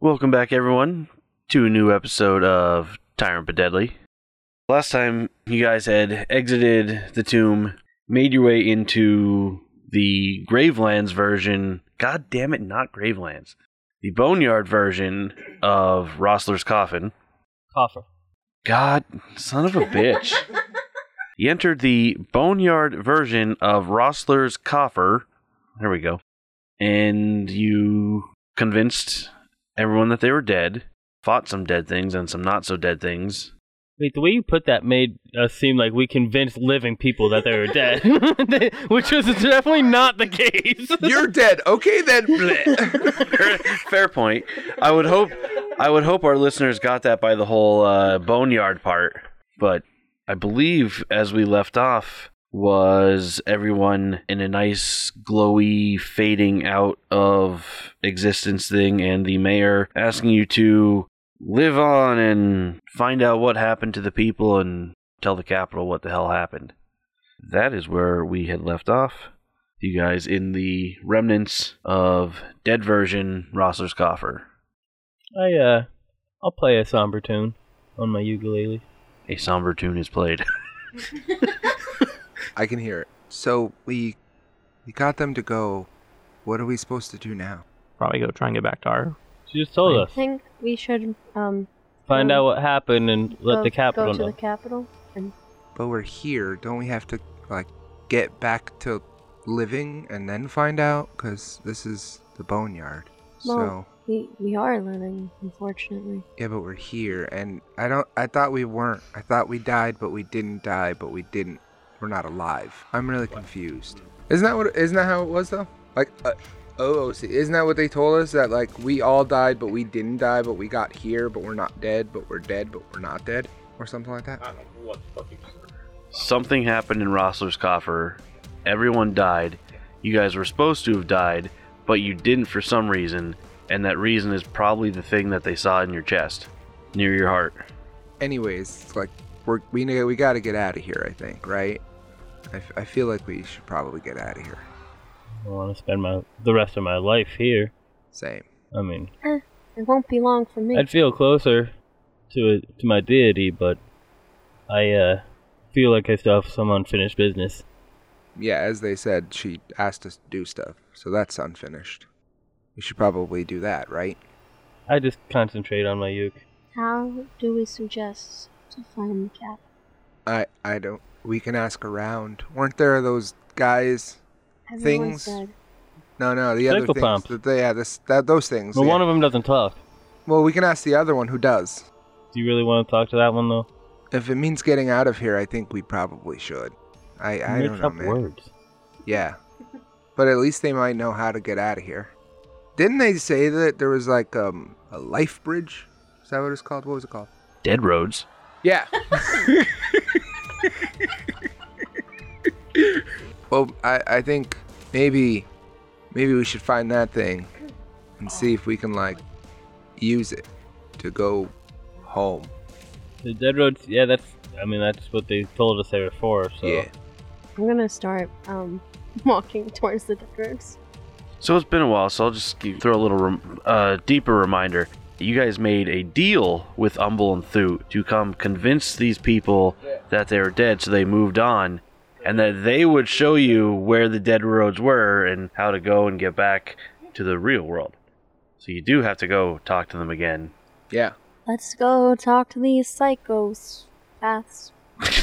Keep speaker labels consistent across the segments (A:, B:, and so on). A: Welcome back, everyone, to a new episode of Tyrant but Deadly. Last time, you guys had exited the tomb, made your way into the Gravelands version. God damn it, not Gravelands. The Boneyard version of Rossler's Coffin.
B: Coffer.
A: God, son of a bitch. you entered the Boneyard version of Rossler's Coffer. There we go. And you convinced everyone that they were dead, fought some dead things and some not so dead things.
B: Wait, the way you put that made us seem like we convinced living people that they were dead, which was definitely not the case.
C: You're dead. Okay then. bleh.
A: Fair point. I would hope I would hope our listeners got that by the whole uh, boneyard part, but I believe as we left off was everyone in a nice glowy fading out of existence thing and the mayor asking you to live on and find out what happened to the people and tell the capital what the hell happened. That is where we had left off. You guys in the remnants of dead version Rossler's coffer.
B: I uh, I'll play a somber tune on my ukulele.
A: A somber tune is played.
C: I can hear it. So we we got them to go. What are we supposed to do now?
D: probably go try and get back to our.
B: She just told
E: I
B: us
E: think we should um
B: find out what happened and let
E: go,
B: the capital
E: go to
B: know.
E: the capital and
C: But we're here. Don't we have to like get back to living and then find out? Cause this is the boneyard. So
E: Well- we we are living unfortunately.
C: yeah, but we're here, and I don't. I thought we weren't. I thought we died, but we didn't die, but we didn't. We're not alive. I'm really confused. Isn't that what? Isn't that how it was though? Like. Uh, OOC. Isn't that what they told us? That like we all died, but we didn't die, but we got here, but we're not dead, but we're dead, but we're not dead, or something like that.
A: Something happened in Rossler's coffer. Everyone died. You guys were supposed to have died, but you didn't for some reason, and that reason is probably the thing that they saw in your chest, near your heart.
C: anyways, it's like we're, we know- we got to get out of here. I think, right? I, f- I feel like we should probably get out of here.
B: I want to spend my the rest of my life here.
C: Same.
B: I mean,
E: Eh, it won't be long for me.
B: I'd feel closer to it, to my deity, but I uh, feel like I still have some unfinished business.
C: Yeah, as they said, she asked us to do stuff, so that's unfinished. We should probably do that, right?
B: I just concentrate on my uke.
E: How do we suggest to find the cap?
C: I I don't. We can ask around. Weren't there those guys? Things-
E: Everyone's dead.
C: No, no, the other
B: Cycle
C: things.
B: pump.
C: That they, yeah, this that those things.
B: But
C: yeah.
B: one of them doesn't talk.
C: well, we can ask the other one who does.
B: Do you really want to talk to that one though?
C: If it means getting out of here, I think we probably should. I I
B: Make
C: don't know,
B: up
C: man.
B: words.
C: Yeah. But at least they might know how to get out of here. Didn't they say that there was like um, a life bridge? Is that what it's called? What was it called?
A: Dead roads.
C: Yeah. well, I, I think maybe maybe we should find that thing and see if we can like use it to go home.
B: The dead roads. Yeah, that's. I mean, that's what they told us they were for. So
C: Yeah.
E: I'm gonna start um walking towards the dead roads.
A: So it's been a while, so I'll just g- throw a little rem- uh, deeper reminder. You guys made a deal with Umble and Thut to come convince these people that they were dead, so they moved on, and that they would show you where the dead roads were and how to go and get back to the real world. So you do have to go talk to them again.
C: Yeah.
E: Let's go talk to these psychos. That's
B: I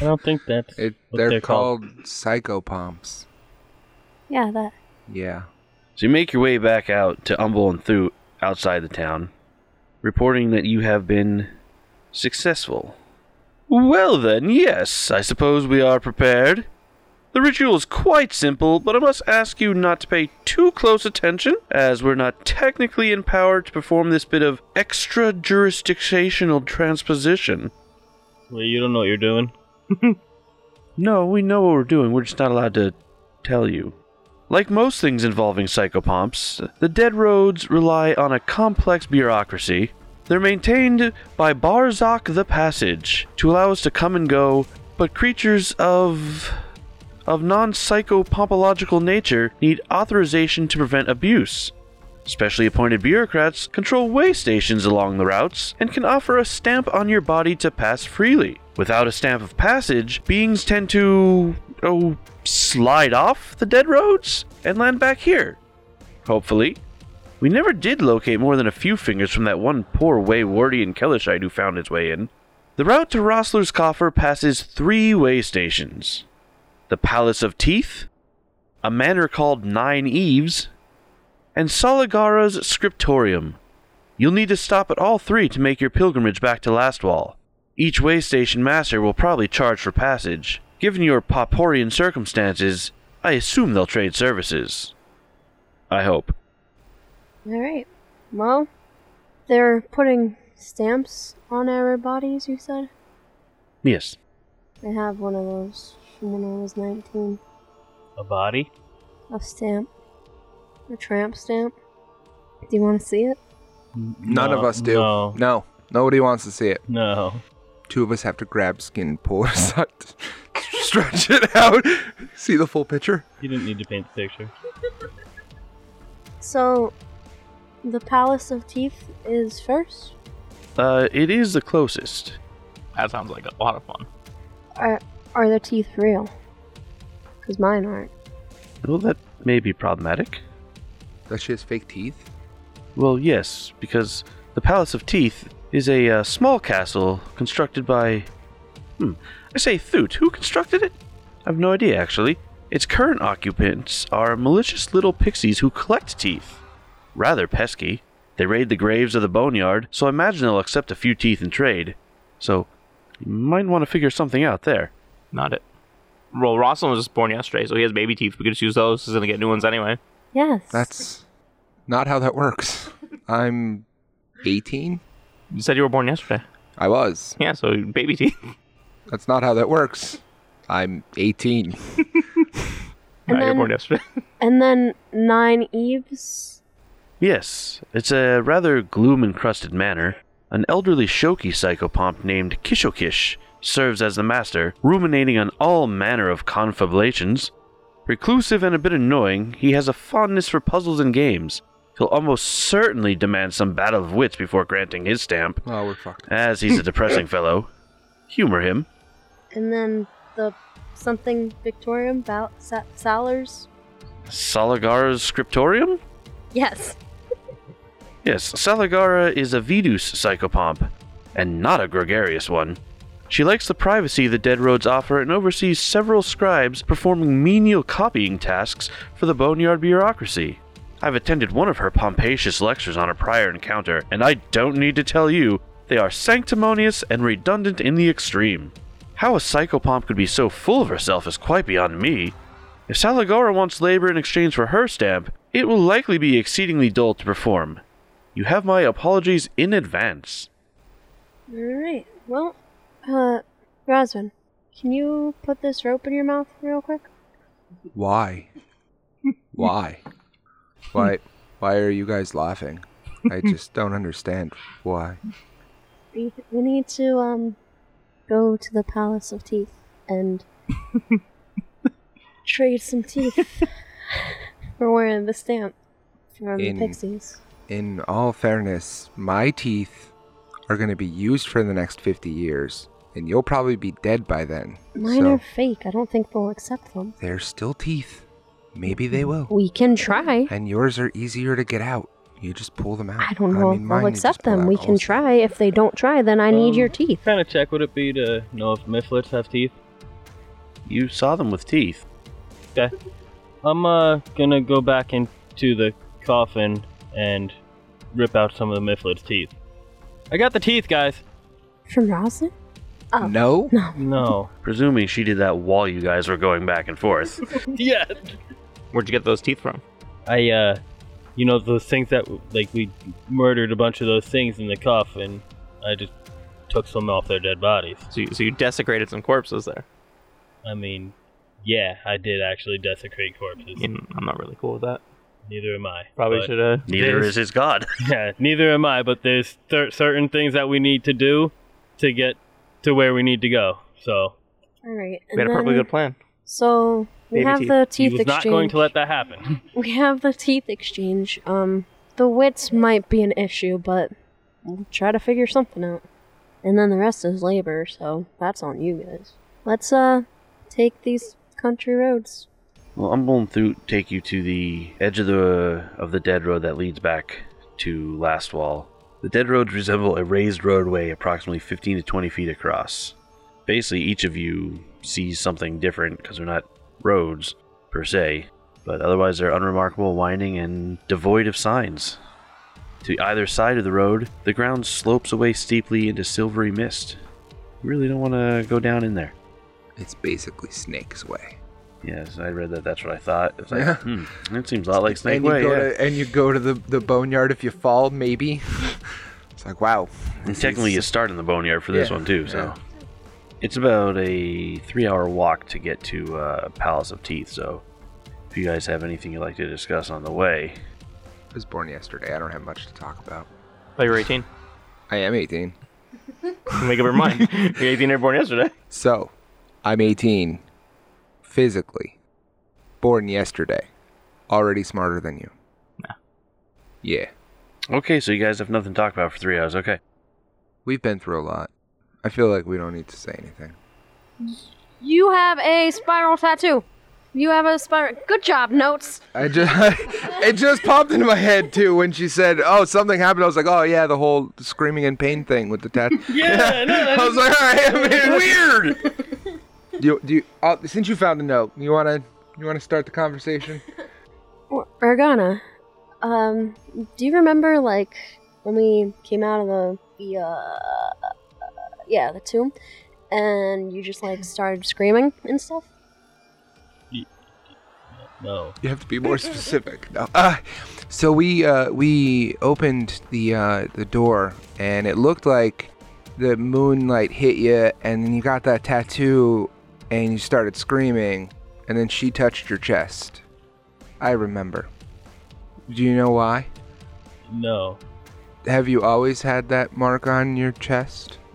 B: don't think that's.
C: It,
B: what
C: they're, called psychopomps.
E: yeah, that
C: Yeah.
A: So you make your way back out to Umble and Thut outside the town, reporting that you have been successful. Well, then, yes, I suppose we are prepared. The ritual is quite simple, but I must ask you not to pay too close attention, as we're not technically empowered to perform this bit of extra jurisdictional transposition.
B: Well, you don't know what you're doing.
A: No, we know what we're doing. We're just not allowed to tell you. Like most things involving psychopomps, the Dead Roads rely on a complex bureaucracy. They're maintained by Barzak the Passage to allow us to come and go, but creatures of of non-psychopompological nature need authorization to prevent abuse. Specially appointed bureaucrats control way stations along the routes and can offer a stamp on your body to pass freely. Without a stamp of passage, beings tend to. oh, slide off the dead roads and land back here. Hopefully. We never did locate more than a few fingers from that one poor waywardian Kelishite who found his way in. The route to Rossler's Coffer passes three way stations the Palace of Teeth, a manor called Nine Eves, and Solagara's Scriptorium. You'll need to stop at all three to make your pilgrimage back to Lastwall. Each way station master will probably charge for passage. Given your Poporian circumstances, I assume they'll trade services. I hope.
E: All right. Well, they're putting stamps on our bodies. You said
A: Yes.
E: I have one of those from when I was nineteen.
B: A body?
E: A stamp, a tramp stamp. Do you want to see it?
C: None of
B: No,
C: us do.
B: No.
C: no. Nobody wants to see it.
B: No.
C: Two of us have to grab skin, pull it aside, stretch it out, see the full picture.
B: You didn't need to paint the picture.
E: So, the Palace of Teeth is first.
A: Uh, it is the closest.
D: That sounds like a lot of fun.
E: Are are the teeth real? Cause mine aren't.
A: Well, that may be problematic.
C: That she has fake teeth.
A: Well, yes, because the Palace of Teeth is a uh, small castle constructed by. Hmm. I say Thut. Who constructed it? I have no idea, actually. Its current occupants are malicious little pixies who collect teeth. Rather pesky. They raid the graves of the boneyard, so I imagine they'll accept a few teeth in trade. So, you might want to figure something out there.
D: Not it. Well, Rosalind was just born yesterday, so he has baby teeth. We could just use those. He's gonna get new ones anyway.
E: Yes.
C: That's not how that works. I'm 18.
D: You said you were born yesterday.
C: I was.
D: Yeah, so baby teeth.
C: That's not how that works. I'm 18.
D: Yeah, you were
E: then-
D: born yesterday.
E: and then nine eaves.
A: Yes, it's a rather gloom encrusted manor. An elderly Shoki psychopomp named Kishokish serves as the master, ruminating on all manner of confabulations. Reclusive and a bit annoying, he has a fondness for puzzles and games. He'll almost certainly demand some battle of wits before granting his stamp,
C: Oh, we're fucked.
A: as he's a depressing fellow. Humor him.
E: And then the something Victorium Val- Sa- Salers.
A: Salagar's Scriptorium?
E: Yes.
A: Yes, Salagara is a Vidus psychopomp, and not a gregarious one. She likes the privacy the dead roads offer and oversees several scribes performing menial copying tasks for the Boneyard bureaucracy. I've attended one of her pompacious lectures on a prior encounter, and I don't need to tell you, they are sanctimonious and redundant in the extreme. How a psychopomp could be so full of herself is quite beyond me. If Salagora wants labor in exchange for her stamp, it will likely be exceedingly dull to perform. You have my apologies in advance.
E: All right. Well, uh, Roswin, can you put this rope in your mouth real quick?
C: Why? Why? Why? Why are you guys laughing? I just don't understand why.
E: We, we need to um go to the Palace of Teeth and trade some teeth. We're wearing the stamp from
C: In-
E: the Pixies.
C: In all fairness, my teeth are going to be used for the next 50 years, and you'll probably be dead by then.
E: Mine
C: so
E: are fake. I don't think they'll accept them.
C: they're still teeth. Maybe they will.
E: We can try.
C: And yours are easier to get out. You just pull them out.
E: I don't know
C: mean,
E: if
C: mine,
E: they'll
C: you
E: accept
C: just pull
E: them.
C: out
E: We
C: all
E: can
C: the-
E: try. If they don't try, then I need
B: Um,
E: your teeth.
B: What kind of check would it be to know if Mifflets have teeth?
A: You saw them with teeth.
B: Okay. I'm uh, gonna go back into the coffin and rip out some of the Mifflet's teeth. I got the teeth, guys.
E: From Roslyn? Oh.
C: No?
B: No.
A: Presuming she did that while you guys were going back and forth.
B: yeah.
D: Where'd you get those teeth from?
B: I uh, you know those things that like we murdered a bunch of those things in the coffin. I just took some off their dead bodies.
D: So you, so you desecrated some corpses there.
B: I mean, yeah, I did actually desecrate corpses.
D: You know, I'm not really cool with that.
B: Neither am I.
D: Probably
B: but-
D: should have.
A: Neither is his god.
B: Yeah, neither am I. But there's cer certain things that we need to do to get to where we need to go. So
E: All right.
D: We had a perfectly good plan.
E: So we
D: Baby
E: have
D: teeth.
E: the
B: he
E: teeth
B: was
E: exchange.
B: not going to let that happen.
E: we have the teeth exchange. Um, The wits might be an issue, but we'll try to figure something out. And then the rest is labor, so that's on you guys. Let's uh take these country roads.
A: Well, I'm going to take you to the edge of the of the dead road that leads back to Last Wall. The dead roads resemble a raised roadway approximately 15 to 20 feet across. Basically, each of you sees something different because they're not roads per se, but otherwise they're unremarkable, winding, and devoid of signs. To either side of the road, the ground slopes away steeply into silvery mist. You really don't want to go down in there.
C: It's basically Snake's way.
A: Yes, I read that. That's what I thought. It's like,
C: Yeah.
A: hmm, it seems a lot like Snake
C: and you
A: Way.
C: go
A: yeah.
C: to and you go to the, the boneyard if you fall, maybe. it's like wow.
A: And
C: this
A: technically, you
C: is-
A: start in the boneyard for this
C: Yeah,
A: one too. So
C: yeah.
A: it's about a three-hour walk to get to uh, Palace of Teeth. So if you guys have anything you'd like to discuss on the way,
C: I was born yesterday. I don't have much to talk about.
D: Oh, you're 18.
C: I am 18.
D: Make up your mind. you're 18 or born yesterday.
C: So, I'm 18. Physically. Born yesterday. Already smarter than you. Yeah.
A: okay. So you guys have nothing to talk about for three hours. Okay.
C: We've been through a lot. I feel like we don't need to say anything.
E: You have a spiral tattoo. You have a spiral. Good job, notes.
C: I just it just popped into my head too when she said, "Oh, something happened." I was like, "Oh yeah, the whole screaming in pain thing with the tattoo."
B: Yeah, no,
C: I was like, "All right, I mean, weird." do you, do you, uh, since you found a note, you wanna you wanna start the conversation?
E: Or- Organa, um, do you remember like when we came out of the the uh, yeah the tomb, and you just like started screaming and stuff?
B: no.
C: You have to be more specific. No. Uh, so we uh, we opened the uh, the door, and it looked like the moonlight hit you, and then you got that tattoo, and you started screaming, and then she touched your chest. I remember. Do you know why?
B: No.
C: Have you always had that mark on your chest?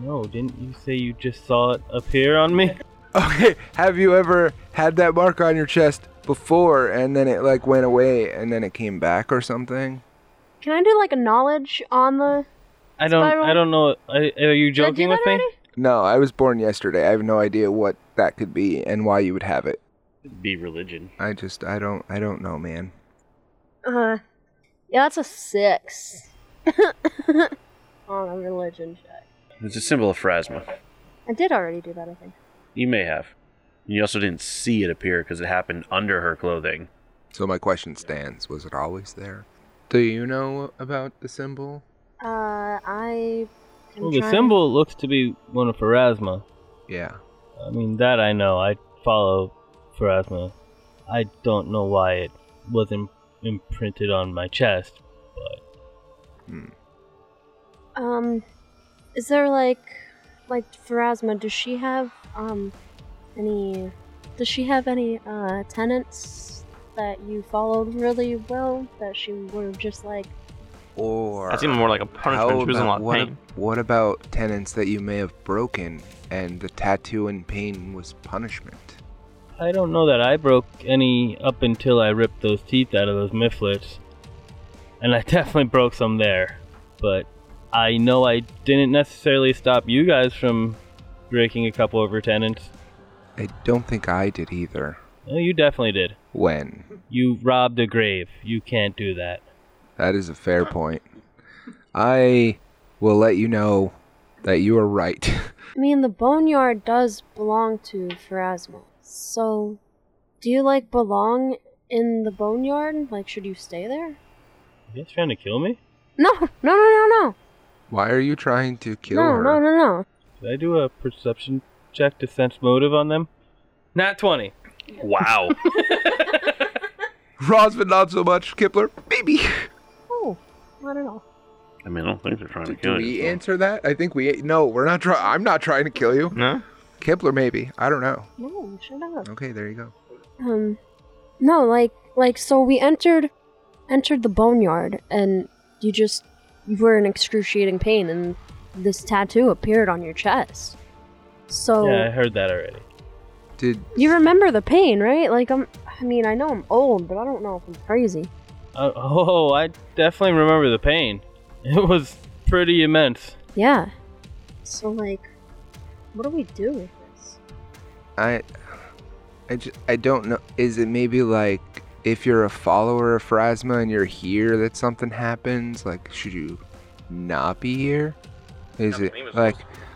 B: No, didn't you say you just saw it appear on me?
C: Okay. Have you ever had that mark on your chest before, and then it like went away, and then it came back or something?
E: Can I do like a knowledge on the?
B: I don't
E: Spiral.
B: I don't know. I, are you
E: Did I do
B: joking
E: that
B: with me?
E: already?
C: No, I was born yesterday. I have no idea what that could be and why you would have it.
A: Be religion.
C: I just I don't I don't know, man.
E: Uh, yeah, that's a six on a religion check.
A: It's a symbol of Phrasma.
E: I did already do that, I think.
A: You may have. And you also didn't see it appear because it happened under her clothing.
C: So my question stands, was it always there? Do you know about the symbol?
E: Uh, I. am
B: Well, the
E: trying-
B: symbol looks to be one of Pharasma.
C: Yeah.
B: I mean, that I know. I follow Pharasma. I don't know why it wasn't imprinted on my chest.
E: Um, is there like, like Pharasma? Does she have um, any? Does she have any uh tenants that you followed really well that she were just like?
C: Or
D: That seemed more like a punishment. She was in a lot of
C: what,
D: pain.
C: what about tenants that you may have broken and the tattoo and pain was punishment?
B: I don't know that I broke any up until I ripped those teeth out of those mifflets. And I definitely broke some there. But I know I didn't necessarily stop you guys from breaking a couple of your tenants.
C: I don't think I did either.
B: No, you definitely did.
C: When?
B: You robbed a grave. You can't do that.
C: That is a fair point. I will let you know that you are right.
E: I mean, the boneyard does belong to Pharasma. So, do you like belong in the boneyard? Like, should you stay there?
B: You guys trying to kill me?
E: No, no, no, no, no,
C: Why are you trying to kill
E: no,
C: her?
E: no, no, no.
B: Did I do a perception check to sense motive on them? Not 20.
A: Wow.
C: Rosman, not so much. Kipler, maybe.
E: Oh, not at all.
A: I mean, I don't think they're trying to
C: Did
A: kill
C: we
A: you.
C: answer that? I think we. No, we're not trying. I'm not trying to kill you.
D: No?
C: Kipler, maybe. I don't know.
E: No, shut up.
C: Okay, there you go.
E: Um, no, like, like, so we entered, entered the boneyard, and you just you were in excruciating pain, and this tattoo appeared on your chest. So
B: Yeah, I heard that already.
C: Did
E: you remember the pain, right? Like, I'm, I mean, I know I'm old, but I don't know if I'm crazy.
B: Uh, oh, I definitely remember the pain. It was pretty immense.
E: Yeah. So like, what do we do with this?
C: I, I just, I don't know. Is it maybe like if you're a follower of Phrasma and you're here that something happens? Like, should you not be here? Is it like,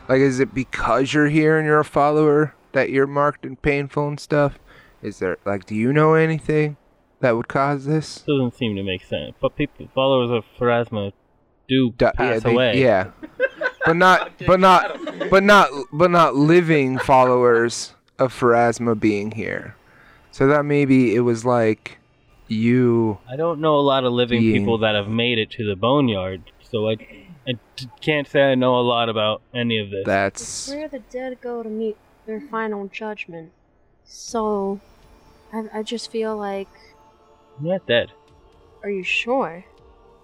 C: like is it because you're here and you're a follower that you're marked and painful and stuff? Is there like, do you know anything that would cause this?
B: Doesn't seem to make sense. But people, followers of Pharasma do
C: Di-
B: pass
C: they-
B: away.
C: yeah. But not, but not, but not, but not living followers of Pharasma being here. So that maybe it was like you.
B: I don't know a lot of living
C: Yeah.
B: people that have made it to the boneyard, so I, I d- can't say I know a lot about any of this.
C: That's
E: Where the dead go to meet their final judgment. So, I, I just feel like,
B: We're not dead.
E: are you sure?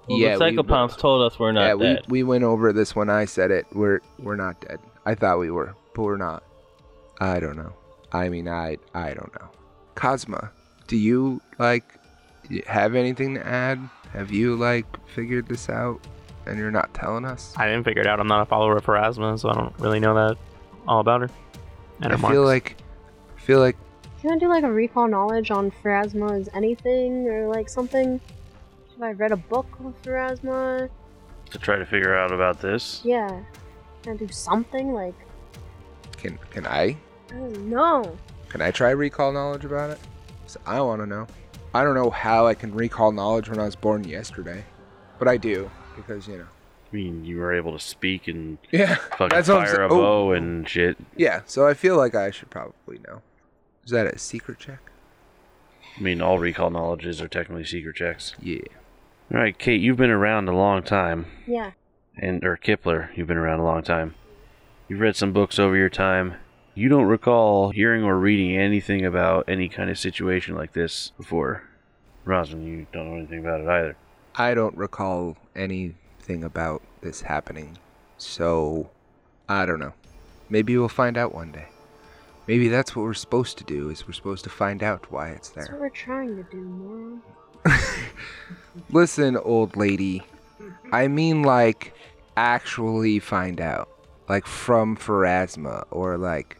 B: Well,
C: Yeah,
B: the
C: we-
B: psychopomps told us we're not
C: yeah.
B: dead.
C: We we went over this when I said it. We're we're not dead. I thought we were, but we're not. I don't know. I mean, I I don't know. Cosma, do you like y- have anything to add? Have you like figured this out, and you're not telling us?
D: I didn't figure it out. I'm not a follower of Pharasma, so I don't really know that all about her. And
C: I
D: her marks.
C: feel like I feel like
E: Can I do like a recall knowledge on Phrasma's anything or like something? Have I read a book on Phrasma?
A: to try to figure out about this.
E: Yeah. Can I do something? Like,
C: can can I
E: I don't know.
C: can I try recall knowledge about it? 'Cause I want to know. I don't know how I can recall knowledge when I was born yesterday, but I do because you know.
A: I mean, you were able to speak and
C: Yeah,
A: fucking
C: that's what I'm
A: fire a
C: sa- oh,
A: bow and shit.
C: yeah. So I feel like I should probably know. Is that a secret check?
A: I mean, all recall knowledges are technically secret checks.
C: Yeah.
A: All right, Kate, you've been around a long time,
E: Yeah.
A: and or Kipler, you've been around a long time. You've read some books over your time. You don't recall hearing or reading anything about any kind of situation like this before. Rosin, you don't know anything about it either.
C: I don't recall anything about this happening, so I don't know. Maybe we'll find out one day. Maybe that's what we're supposed to do. Is we're supposed to find out why it's
E: That's
C: there.
E: what we're trying to do, moron.
C: Listen, old lady. I mean, like, actually find out. Like, from Pharasma or, like,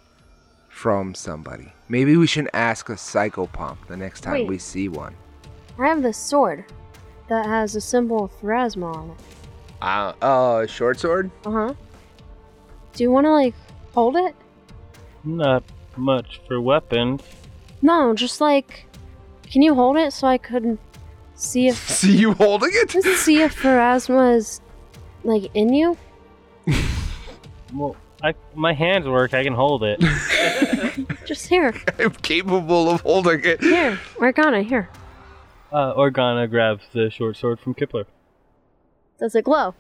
C: from somebody. Maybe we should ask a psychopomp the next time
E: Wait.
C: we see one.
E: I have this sword that has the symbol of Phrasma on it.
C: Uh, uh, short sword?
E: Uh huh. Do you want to like hold it?
B: Not much for weapons.
E: No, just like, can you hold it so I could see if
C: See you holding it?
E: just see if Phrasma is like in you?
B: Well, I, my hands work. I can hold it.
E: Just here,
C: I'm capable of holding it.
E: here, Morgana, here.
B: Uh, Organa grabs the short sword from Kipler.
E: Does it glow?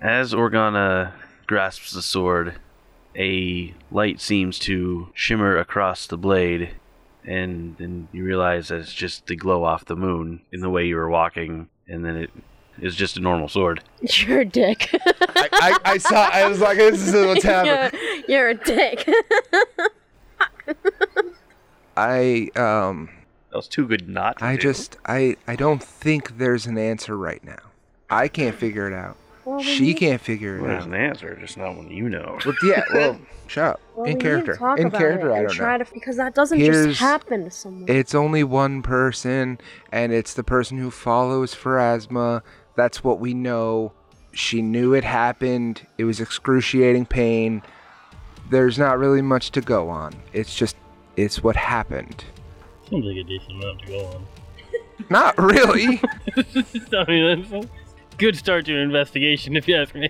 A: As Organa grasps the sword, a light seems to shimmer across the blade, and then you realize that it's just the glow off the moon in the way you were walking, and then it is just a normal sword.
E: You're a dick.
C: I, I, I saw, I was like, this is what's happening.
E: you're, you're a dick.
C: I, um,
A: That was too good not to
C: I
A: do.
C: just, I, I don't think there's an answer right now. I can't figure it out.
E: Well, we
C: She
E: need-
C: can't figure
A: Well,
C: it
A: There's
C: out.
A: an answer, just not one you know.
C: Well, yeah, well, shut up.
E: well, we
C: in
E: need to
C: character.
E: talk
C: in
E: about
C: character,
E: it
C: I
E: and
C: don't
E: try
C: know.
E: To, because that doesn't
C: Here's-
E: just happen to someone.
C: It's only one person, and it's the person who follows Pharasma. That's what we know. She knew it happened. It was excruciating pain. There's not really much to go on. It's just, it's what happened.
B: Seems like a decent amount to go on.
C: Not really.
B: I mean, that's a good start to an investigation, if you ask me.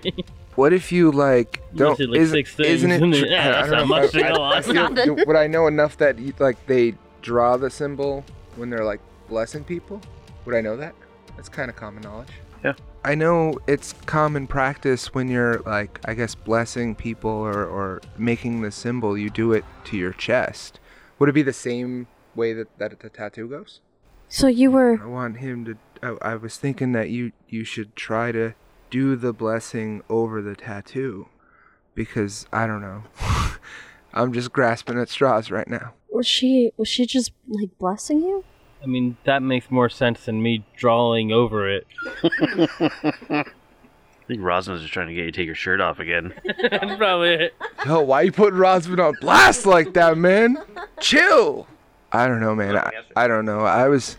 C: what if you like?
B: You
C: Don't
B: said, like,
C: isn't,
B: six things,
C: isn't
B: and
C: it?
B: then-
C: tr-
B: yeah,
C: I- I
B: that's
C: don't
B: not
C: know if
B: much to
C: I-
B: go
C: I- I
B: on.
C: feel- do- Would I know enough that like they draw the symbol when they're like blessing people? Would I know that? That's kind of common knowledge.
A: Yeah.
C: I know it's common practice when you're like, I guess, blessing people or, or making the symbol, you do it to your chest. Would it be the same way that, that the tattoo goes?
E: so you were
C: I want him to. I, I was thinking that you you should try to do the blessing over the tattoo, because I don't know. I'm just grasping at straws right now.
E: was she was she just like blessing you?
B: I mean, that makes more sense than me drawing over it.
A: I think Rosma's just trying to get you to take your shirt off again.
B: That's probably it.
C: Yo, why you putting Rosman on blast like that, man? Chill. I don't know, man. I, I don't know. I was,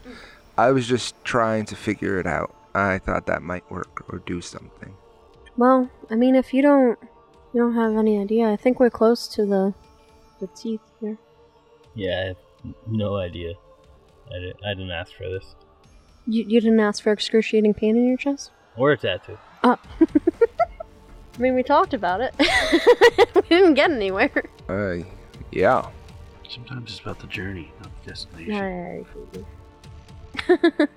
C: I was just trying to figure it out. I thought that might work or do something.
E: Well, I mean, if you don't, you don't have any idea. I think we're close to the, the teeth here.
B: Yeah, I have n- no idea. I didn't, I didn't ask for this.
E: You, you didn't ask for excruciating pain in your chest.
B: Or a tattoo.
E: Oh. I mean, we talked about it. we didn't get anywhere.
C: Uh, yeah.
A: Sometimes it's about the journey, not the destination.
E: Right.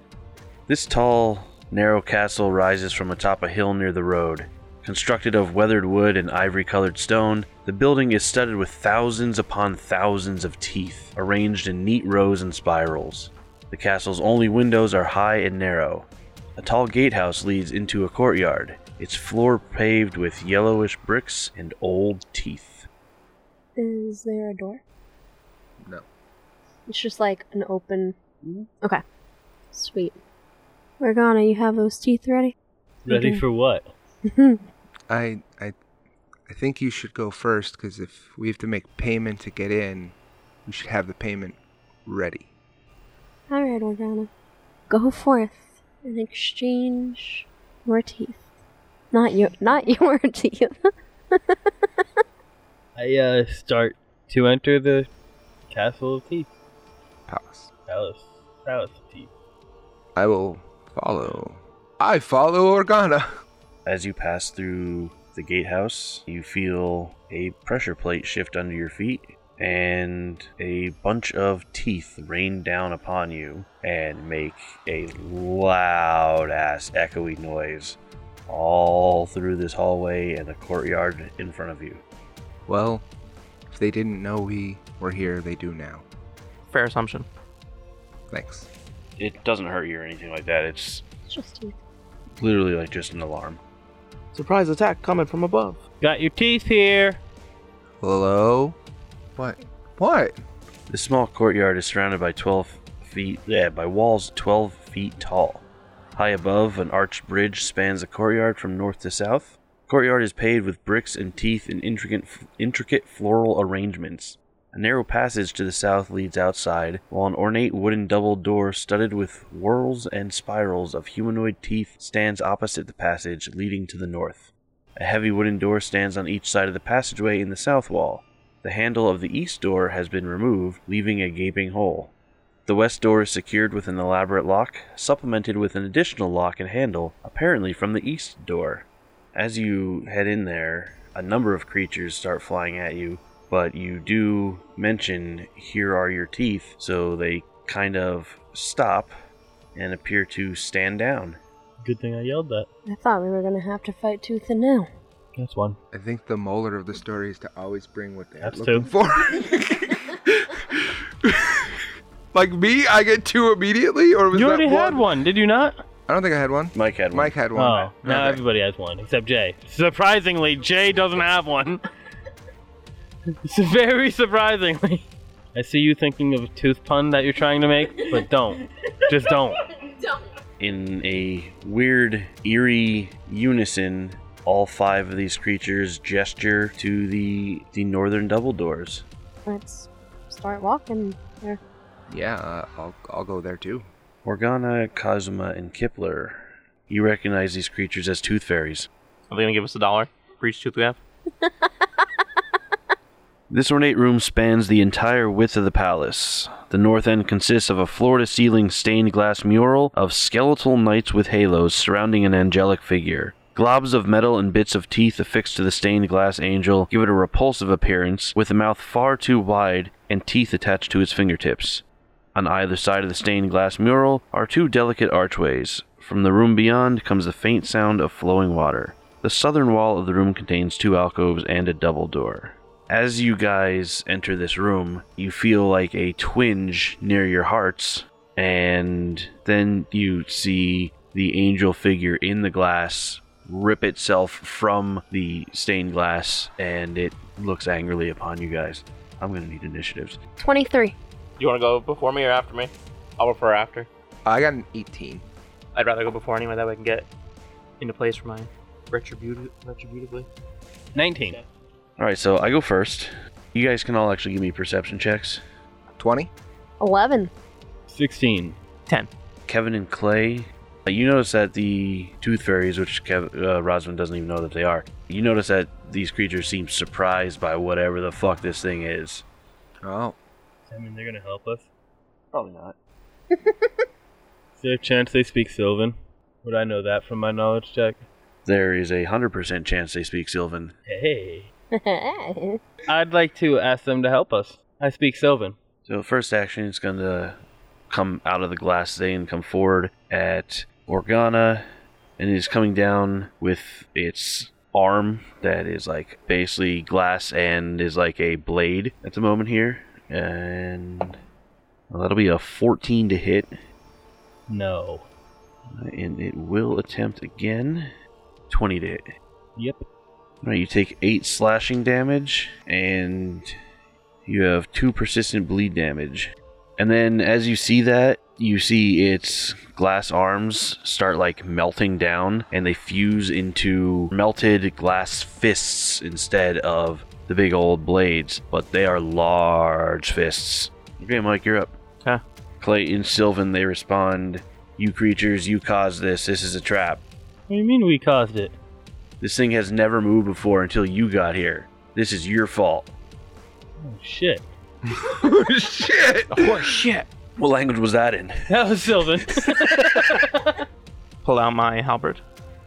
A: This tall, narrow castle rises from atop a hill near the road. Constructed of weathered wood and ivory colored stone, the building is studded with thousands upon thousands of teeth, arranged in neat rows and spirals. The castle's only windows are high and narrow. A tall gatehouse leads into a courtyard, its floor paved with yellowish bricks and old teeth.
E: Is there a door?
C: No.
E: It's just like an open. Okay. Sweet. Morgana, you have those teeth ready?
B: Ready
E: Okay.
B: for what?
C: I, I, I think you should go first because if we have to make payment to get in, we should have the payment ready.
E: All right, Morgana. Go forth and exchange your teeth. Not your, not your teeth.
B: I uh, start to enter the Castle of Teeth.
C: Palace.
B: Palace. Palace of Teeth.
C: I will follow. I follow Organa.
A: As you pass through the gatehouse, you feel a pressure plate shift under your feet and a bunch of teeth rain down upon you and make a loud ass echoey noise all through this hallway and the courtyard in front of you.
C: Well, if they didn't know we were here, they do now.
D: Fair assumption.
C: Thanks.
A: It doesn't hurt you or anything like that. It's
E: just teeth.
A: literally like just an alarm.
D: Surprise attack coming from above.
B: Got your teeth here.
C: Hello. What? What?
A: This small courtyard is surrounded by 12 feet, yeah, by walls 12 feet tall. High above, an arched bridge spans the courtyard from north to south. Courtyard is paved with bricks and teeth and intricate, intricate floral arrangements. A narrow passage to the south leads outside, while an ornate wooden double door studded with whorls and spirals of humanoid teeth stands opposite the passage leading to the north. A heavy wooden door stands on each side of the passageway in the south wall. The handle of the east door has been removed, leaving a gaping hole. The west door is secured with an elaborate lock, supplemented with an additional lock and handle, apparently from the east door. As you head in there, a number of creatures start flying at you, but you do mention, Here are your teeth, so they kind of stop and appear to stand down.
B: Good thing I yelled that.
E: I thought we were gonna have to fight tooth and nail.
B: That's one.
C: I think the molar of the story is to always bring what they're
B: That's
C: looking
B: two.
C: for. like me, I get two immediately, or was
B: you
C: that
B: already
C: one?
B: had one, did you not?
C: I don't think I had one.
A: Mike had one.
C: Mike had one.
B: Oh, now
C: Okay.
B: everybody has one except Jay. Surprisingly, Jay doesn't have one. Very surprisingly. I see you thinking of a tooth pun that you're trying to make, but don't. Just don't.
A: in a weird, eerie unison, all five of these creatures gesture to the the northern double doors.
E: Let's start walking there.
C: Yeah, uh, I'll I'll go there too.
A: Morgana, Kazuma, and Kipler. You recognize these creatures as tooth fairies.
D: Are they gonna give us a dollar for each tooth we have?
A: This ornate room spans the entire width of the palace. The north end consists of a floor to ceiling stained glass mural of skeletal knights with halos surrounding an angelic figure. Globs of metal and bits of teeth affixed to the stained glass angel give it a repulsive appearance, with a mouth far too wide and teeth attached to its fingertips. On either side of the stained glass mural are two delicate archways. From the room beyond comes the faint sound of flowing water. The southern wall of the room contains two alcoves and a double door. As you guys enter this room, you feel like a twinge near your hearts, and then you see the angel figure in the glass rip itself from the stained glass, and it looks angrily upon you guys. I'm gonna need initiatives.
E: Twenty-three.
D: You wanna go before me or after me? I'll prefer after.
C: I got an 18.
D: I'd rather go before anyway. That way I can get into place for my retributive, retributively.
B: 19.
A: All right, so I go first. You guys can all actually give me perception checks.
C: 20?
E: 11.
B: 16.
D: Ten.
A: Kevin and Clay, uh, you notice that the tooth fairies, which Kev- uh, Rosman doesn't even know that they are, you notice that these creatures seem surprised by whatever the fuck this thing is.
C: Oh.
B: I mean, they're going to help us.
A: Probably not.
B: Is there a chance they speak Sylvan? Would I know that from my knowledge check?
A: There is a 100% chance they speak Sylvan.
B: Hey.
E: That's
B: I'd like to ask them to help us. I speak Sylvan.
A: So, first action is going to come out of the glass today and come forward at Organa, and it is coming down with its arm that is like basically glass and is like a blade at the moment here. And well, that'll be a 14 to hit.
B: No.
A: and it will attempt again. 20 to hit.
B: Yep.
A: All right, you take 8 slashing damage, and you have 2 persistent bleed damage. And then as you see that, you see its glass arms start like melting down, and they fuse into melted glass fists instead of the big old blades, but they are large fists. Okay, Mike, you're up.
D: Huh.
A: Clay and Sylvan, they respond you creatures, you caused this. This is a trap.
B: What do you mean we caused it?
A: This thing has never moved before until you got here. This is your fault.
B: Oh, shit.
C: Shit!
D: Oh shit!
A: What language was that in?
B: That was Sylvan.
D: Pull out my halberd.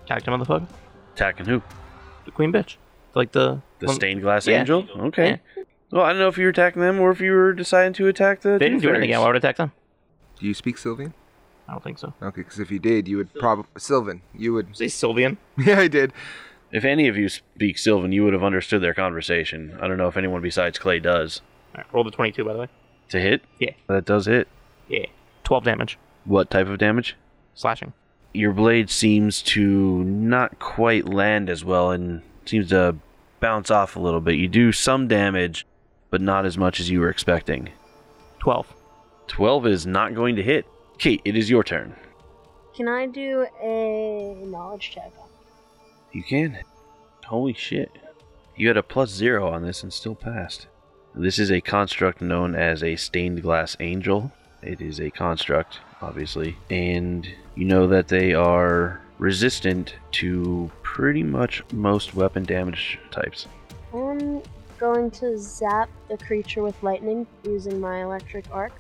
D: Attack the motherfucker.
A: Attacking who?
D: The queen bitch. Like the
A: The
D: one-
A: stained glass
D: yeah.
A: angel? Okay. Well, I don't know if you were attacking them or if you were deciding to attack the.
D: They didn't do
A: tooth
D: anything.
A: fairies.
D: Yeah, why would I attack them?
C: Do you speak Sylvian?
D: I don't think so.
C: Okay, because if you did, you would probably. Sylvan, you would.
D: Say Sylvian.
C: Yeah, I did.
A: If any of you speak Sylvan, you would have understood their conversation. I don't know if anyone besides Clay does.
D: All right, roll the twenty-two, by the way.
A: To hit?
D: Yeah.
A: That does hit.
D: Yeah. Twelve damage.
A: What type of damage?
D: Slashing.
A: your blade seems to not quite land as well and seems to bounce off a little bit. You do some damage, but not as much as you were expecting.
D: Twelve.
A: 12 is not going to hit. Kate, it is your turn.
E: Can I do a knowledge check?
A: You can. Holy shit. You had a plus zero on this and still passed. This is a construct known as a stained glass angel. It is a construct, obviously. And you know that they are resistant to pretty much most weapon damage types.
E: I'm going to zap the creature with lightning using my electric arc.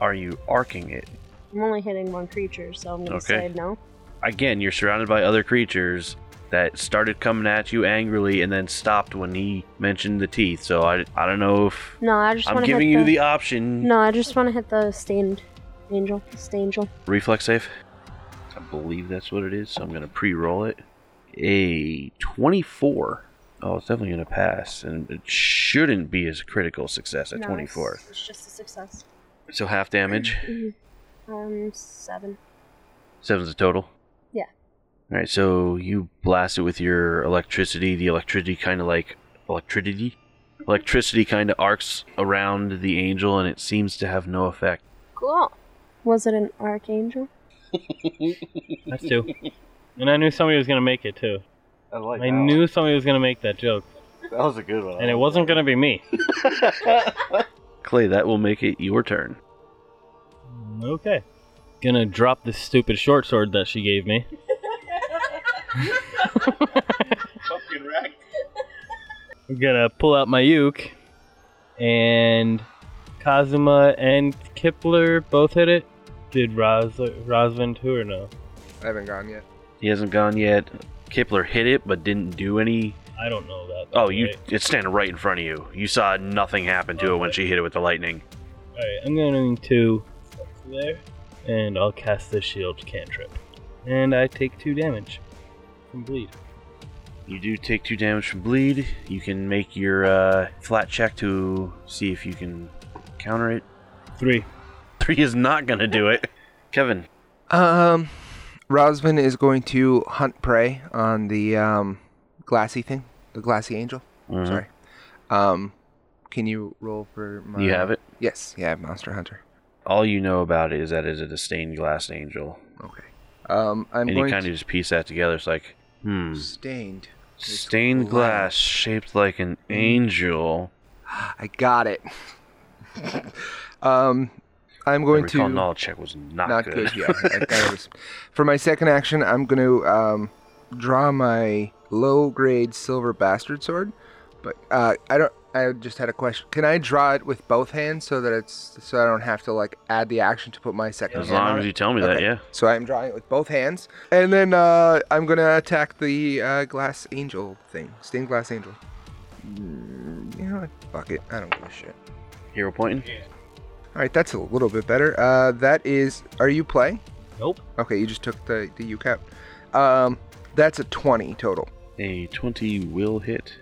A: Are you arcing it?
E: I'm only hitting one creature, so I'm going to
A: Okay.
E: say no.
A: Again, you're surrounded by other creatures that started coming at you angrily and then stopped when he mentioned the teeth. So I, I don't know if
E: No, I just want
A: I'm
E: to hit
A: giving you the option.
E: No, I just want to hit the stained angel. Stangel.
A: Reflex save. I believe that's what it is, so I'm going to pre roll it. A 24. Oh, it's definitely going to pass, and it shouldn't be as critical success at
E: No,
A: 24.
E: It's, it's just a success.
A: So half damage.
E: Um, seven.
A: Seven's the total.
E: Yeah.
A: All right, so you blast it with your electricity. The electricity kind of like electricity, electricity kind of arcs around the angel, and it seems to have no effect.
E: Cool. Was it an archangel?
B: That's two. And I knew somebody was going to make it, too.
A: I like.
B: I knew somebody was going to make that joke.
A: that was a good one.
B: And it wasn't going to be me.
A: Clay, that will make it your turn.
B: Okay. Gonna drop this stupid short sword that she gave me. I'm gonna pull out my uke, and Kazuma and Kipler both hit it. Did Ros- Rosvin too or no?
C: I haven't gone yet.
A: He hasn't gone yet. Kipler hit it, but didn't do any.
B: I don't know that.
A: Oh, you!
B: Alright,
A: It's standing right in front of you. You saw nothing happen to it when she hit it with the lightning.
B: Alright, I'm going to there, and I'll cast the shield cantrip, and I take two damage from bleed.
A: You do take two damage from bleed. You can make your uh, flat check to see if you can counter it.
B: Three.
A: Three is not gonna do it. Kevin,
C: Um, Rosvin is going to hunt prey on the um, glassy thing, the glassy angel.
A: Mhm.
C: Sorry. Um, can you roll for my?
A: uh-huh. you have it.
C: Yes. Yeah, I have Monster Hunter.
A: All you know about it is that it is a stained glass angel.
C: Okay. Um, I'm
A: and you
C: going
A: kind
C: to
A: of just piece that together. It's like, hmm,
C: stained. It's
A: stained
C: light.
A: glass shaped like an
C: Mm-hmm.
A: angel.
C: I got it. um, I'm going
A: Recall
C: to
A: knowledge check was not,
C: not
A: good.
C: good. Yeah, I thought it was. For my second action, I'm going to um, draw my low-grade silver bastard sword, but uh, I don't. I just had a question. Can I draw it with both hands so that it's so I don't have to like add the action to put my second?
A: as
C: hand on
A: long
C: it?
A: as you tell me that,
C: Okay.
A: yeah.
C: So I'm drawing it with both hands, and then uh, I'm gonna attack the uh, glass angel thing, stained glass angel. Mm, you know, what? fuck it, I don't give a shit.
A: Hero pointing.
C: All right, that's a little bit better. Uh, that is, are you play?
B: Nope.
C: Okay, you just took the the UCAP. Um, that's a twenty total,
A: A 20 will hit.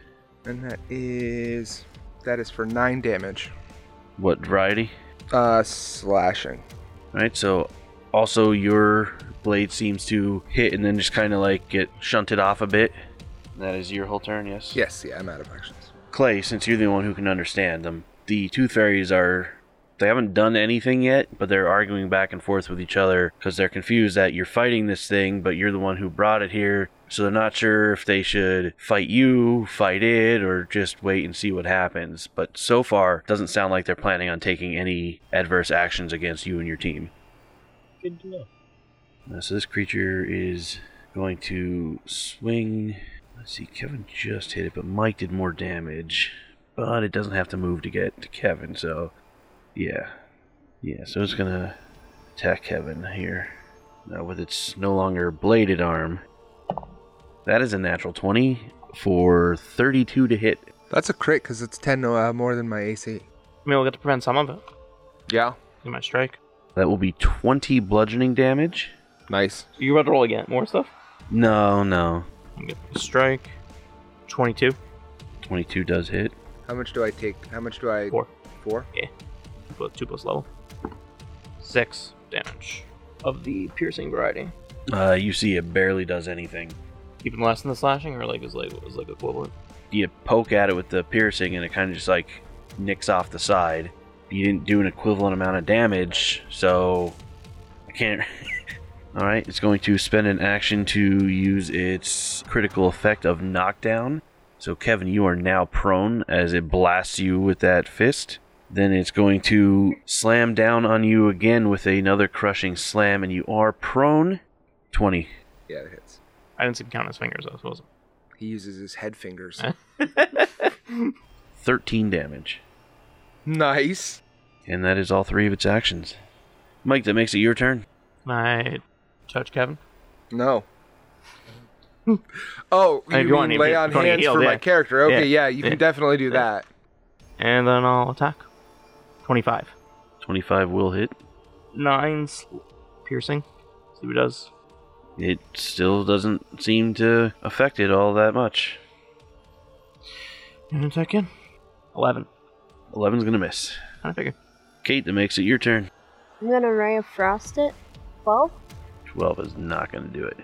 C: and that is that is for nine damage.
A: What variety?
C: Uh, slashing.
A: All right, so also your blade seems to hit and then just kind of like get shunted off a bit. That is your whole turn, yes?
C: Yes, yeah, I'm out of actions.
A: Clay, since you're the one who can understand them, the tooth fairies are. They haven't done anything yet, but they're arguing back and forth with each other because they're confused that you're fighting this thing, but you're the one who brought it here. So they're not sure if they should fight you, fight it, or just wait and see what happens. But so far, doesn't sound like they're planning on taking any adverse actions against you and your team.
B: Good to know.
A: Uh, so this creature is going to swing. Let's see, Kevin just hit it, but Mike did more damage. But it doesn't have to move to get to Kevin, so yeah. Yeah, so it's gonna attack Kevin here. Now with its no longer bladed arm. That is a natural 20 for 32 to hit.
C: That's a crit because it's ten uh, more than my AC.
D: I mean, we'll get to prevent some of it.
C: Yeah,
D: You might strike.
A: That will be 20 bludgeoning damage.
C: nice.
D: So you're about to roll again. More stuff.
A: No, no.
D: I'm gonna strike. Twenty-two.
A: 22 does hit.
C: How much do I take? How much do I?
D: Four.
C: Four.
D: Plus two plus level. Six damage of the piercing variety.
A: Uh, you see, it barely does anything.
D: Even less than the slashing, or like is like is like equivalent.
A: you poke at it with the piercing and it kind of just like nicks off the side. You didn't do an equivalent amount of damage, so I can't. All right, it's going to spend an action to use its critical effect of knockdown. So Kevin, you are now prone as it blasts you with that fist. Then it's going to slam down on you again with another crushing slam, and you are prone. 20.
C: Yeah, it hits.
D: I didn't see him count his fingers. I suppose.
C: He uses his head fingers.
D: Eh?
A: 13 damage.
C: Nice.
A: And that is all three of its actions. Mike, that makes it your turn.
D: Can I touch Kevin?
C: No. oh,
D: If
C: you,
D: you want
C: mean
D: to-
C: lay
D: if
C: on
D: you want to
C: hands
D: heal,
C: for my
D: yeah.
C: character? Okay, yeah,
D: Yeah,
C: you
D: yeah,
C: can definitely do
D: yeah.
C: that.
D: And then I'll attack. Twenty-five.
A: 25 will hit.
D: Nine sl- piercing. See what it does.
A: It still doesn't seem to affect it all that much.
D: And attack again. Eleven.
A: 11's going to miss.
D: I figure.
A: Kate, that makes it your turn.
E: I'm gonna ray of frost it. Well,
A: 12 is not going to do it.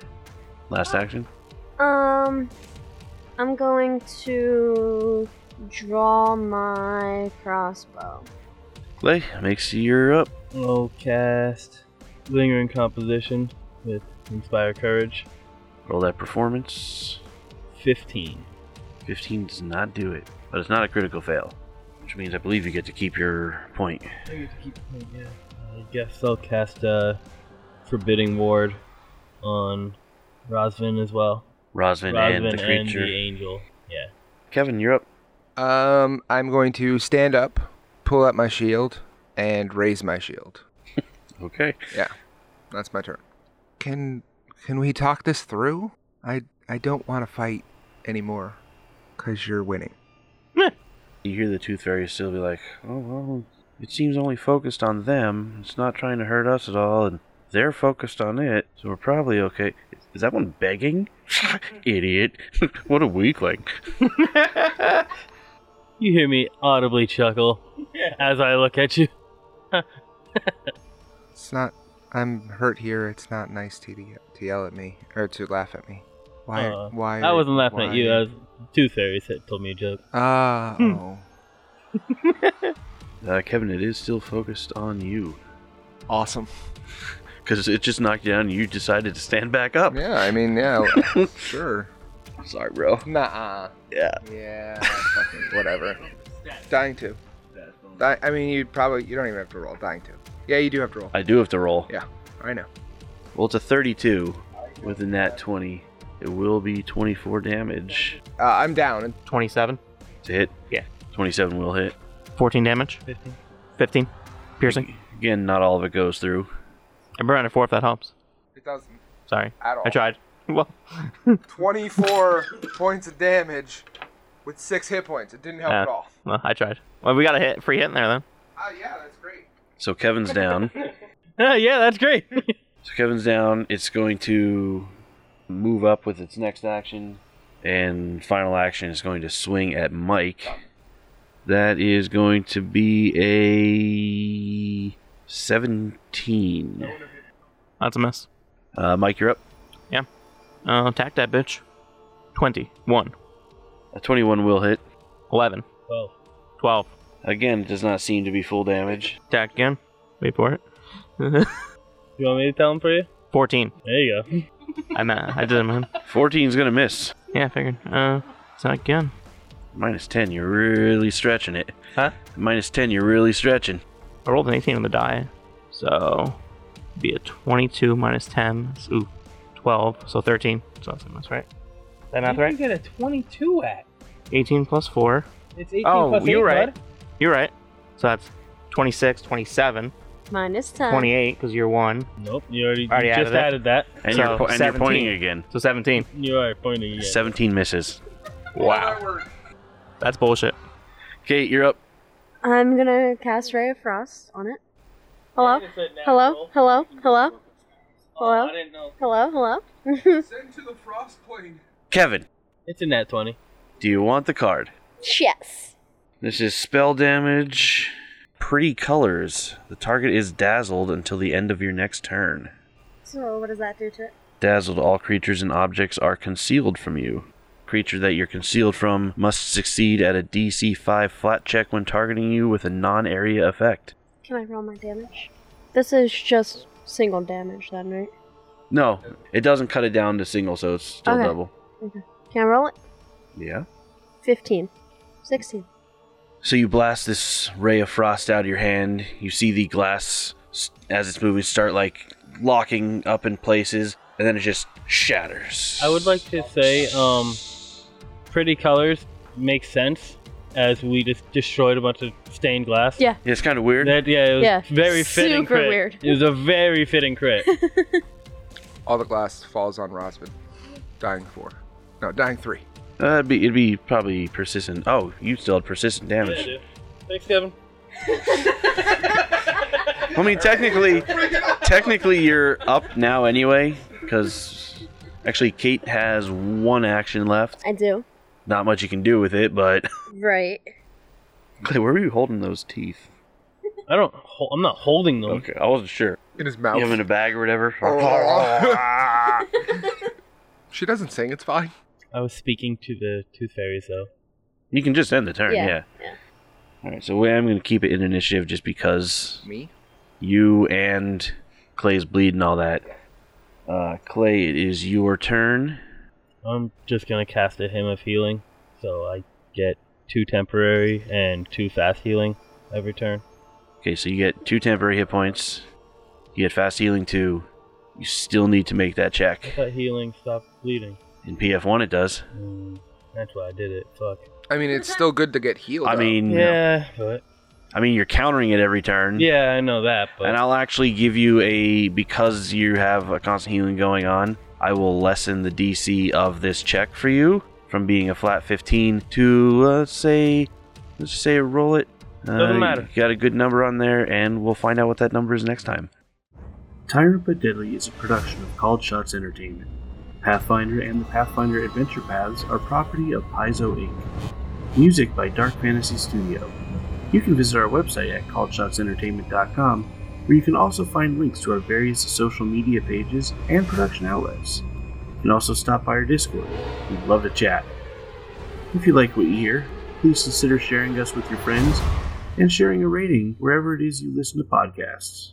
A: Last action.
E: um, I'm going to draw my crossbow.
A: Clay, makes you're up.
B: I'll cast Lingering Composition with Inspire Courage.
A: Roll that performance.
B: 15.
A: 15 does not do it, but it's not a critical fail, which means I believe you get to keep your point.
B: I get to keep playing, yeah. I guess I'll cast uh, Forbidding Ward on Rosvin as well.
A: Rosvin,
B: Rosvin
A: and the creature.
B: and the angel. Yeah.
A: Kevin, you're up.
C: Um, I'm going to stand up, pull out my shield, and raise my shield.
A: Okay.
C: That's my turn. Can can we talk this through? I I don't want to fight anymore, cause you're winning.
A: You hear the tooth fairy still be like, oh, well, it seems only focused on them. It's not trying to hurt us at all, and they're focused on it, so we're probably okay. Is that one begging? Idiot. what a weakling.
B: You hear me audibly chuckle as I look at you.
C: It's not. I'm hurt here. It's not nice to ye- to yell at me or to laugh at me. Why?
B: Uh,
C: why?
B: I wasn't laughing
C: why-
B: at you. Hmm. I was, two fairies that told me a joke.
C: Ah. oh.
A: Uh, Kevin, it is still focused on you.
C: Awesome.
A: because it just knocked you down and you decided to stand back up.
C: Yeah, I mean, yeah, sure.
A: Sorry, bro.
C: Nah.
A: Yeah.
C: Yeah. fucking whatever. Dying to. Di- I mean, you probably you don't even have to roll. Dying to. Yeah, you do have to roll.
A: I do have to roll.
C: Yeah, I know.
A: Well, it's a 32 with a nat 20. It will be 24 damage
C: Uh, I'm down.
D: 27,
A: to hit.
D: Yeah.
A: 27 will hit.
D: 14 damage,
B: 15.
D: 15 piercing.
A: Again, not all of it goes through.
D: I'm around a four if that helps.
C: It doesn't
D: Sorry,
C: at all.
D: I tried. Well,
C: 24 points of damage with six hit points. It didn't help
D: Yeah.
C: at all.
D: well, I tried. Well, we got a hit, free hit in there then.
C: Ah, yeah, that's great.
A: So Kevin's down.
B: Ah, yeah, that's great.
A: So Kevin's down. It's going to move up with its next action. And final action is going to swing at Mike. That is going to be a 17.
D: That's a miss.
A: Uh, Mike, you're up.
D: Uh, attack that bitch. 20, 1,
A: A 21 will hit.
D: 11,
B: Twelve.
D: 12.
A: Again, it does not seem to be full damage.
D: Attack again. Wait for it.
B: You want me to tell him for you?
D: 14.
B: There you go.
D: I'm at, I did it, man.
A: 14's gonna miss.
D: Yeah, I figured. Uh, attack again.
A: Minus 10, you're really stretching it.
D: Huh?
A: Minus 10, you're really stretching.
D: I rolled an 18 on the die, so be a 22 minus 10. So, ooh, 12, so 13. So that's that's right. Is that not right?
B: get a 22 at?
D: 18 plus 4.
B: It's 18
D: Oh, you're right. You're right. So that's 26, 27,
E: Minus 10.
D: 28 because you're one.
B: Nope, you already, you
D: Already
B: just
D: added that.
B: added that.
A: And,
D: So,
A: you're, po- and you're
D: 17.
A: pointing again.
D: So 17.
B: You are pointing again.
A: 17 misses.
D: Wow. That's bullshit.
A: Kate, you're up.
E: I'm gonna cast Ray of Frost on it. Hello? Hello? Hello? Hello? Hello?
B: Oh, didn't know.
E: Hello? Hello?
C: Send to the frost plane.
A: Kevin,
B: It's a nat 20.
A: do you want the card?
E: yes.
A: This is spell damage. Pretty colors. The target is dazzled until the end of your next turn.
E: So, what does that do to it?
A: Dazzled, all creatures and objects are concealed from you. Creature that you're concealed from must succeed at a DC 5 flat check when targeting you with a non area effect.
E: Can I roll my damage? This is just single damage, then, right?
A: No, it doesn't cut it down to single, so it's still
E: Okay.
A: double.
E: Okay. Can I roll it?
A: Yeah.
E: 15. 16.
A: So you blast this ray of frost out of your hand. You see the glass s- as it's moving start like locking up in places, and then it just shatters.
B: I would like to say, um, pretty colors make sense as we just destroyed a bunch of stained glass.
E: Yeah.
A: Yeah, it's kind of weird.
B: That, yeah, it was
E: Yeah,
B: very fitting
E: super
B: crit.
E: weird.
B: It was a very fitting crit.
C: All the glass falls on Rosman. Dying four. No, dying three.
A: Uh, it'd be it'd be probably persistent. Oh, you still had persistent
B: Yeah,
A: damage.
B: dude. Thanks, Kevin.
A: I mean, technically, technically you're up now anyway, because actually Kate has one action left.
E: I do.
A: Not much you can do with it, but
E: Right.
A: Clay, where were you holding those teeth?
B: I don't. Ho- I'm not holding them.
A: Okay, I wasn't sure. Oh.
C: In his
A: You
C: mouth.
A: have in a bag or whatever.
C: she doesn't sing. It's fine.
B: I was speaking to the tooth fairies though.
A: You can just end the turn. Yeah.
E: Yeah, yeah.
A: All right, so we- I'm going to keep it in initiative just because
C: Me?
A: you and Clay's bleed and all that. Uh, Clay, it is your turn.
B: I'm just gonna cast a hymn of healing, so I get two temporary and two fast healing every turn.
A: Okay, so you get two temporary hit points. You get fast healing too. You still need to make that
B: I
A: check.
B: thought healing stopped bleeding.
A: In PF1, it does.
B: Mm, that's why I did it. Fuck.
C: I mean, it's still good to get healed.
A: I
C: up.
A: mean,
B: Yeah, but
A: I mean, you're countering it every turn.
B: yeah, I know that. But
A: Mm. And I'll actually give you a because you have a constant healing going on. I will lessen the DC of this check for you from being a flat 15 to let's say let's just say roll it. Uh,
B: Doesn't matter.
A: you got a good number on there, and we'll find out what that number is next time.
F: Tyrant But Deadly is a production of Called Shots Entertainment. Pathfinder and the Pathfinder Adventure Paths are property of Paizo Inc. Music by Dark Fantasy Studio. You can visit our website at calledshotsentertainment.com, where you can also find links to our various social media pages and production outlets. You can also stop by our Discord. We'd love to chat. If you like what you hear, please consider sharing us with your friends and sharing a rating wherever it is you listen to podcasts.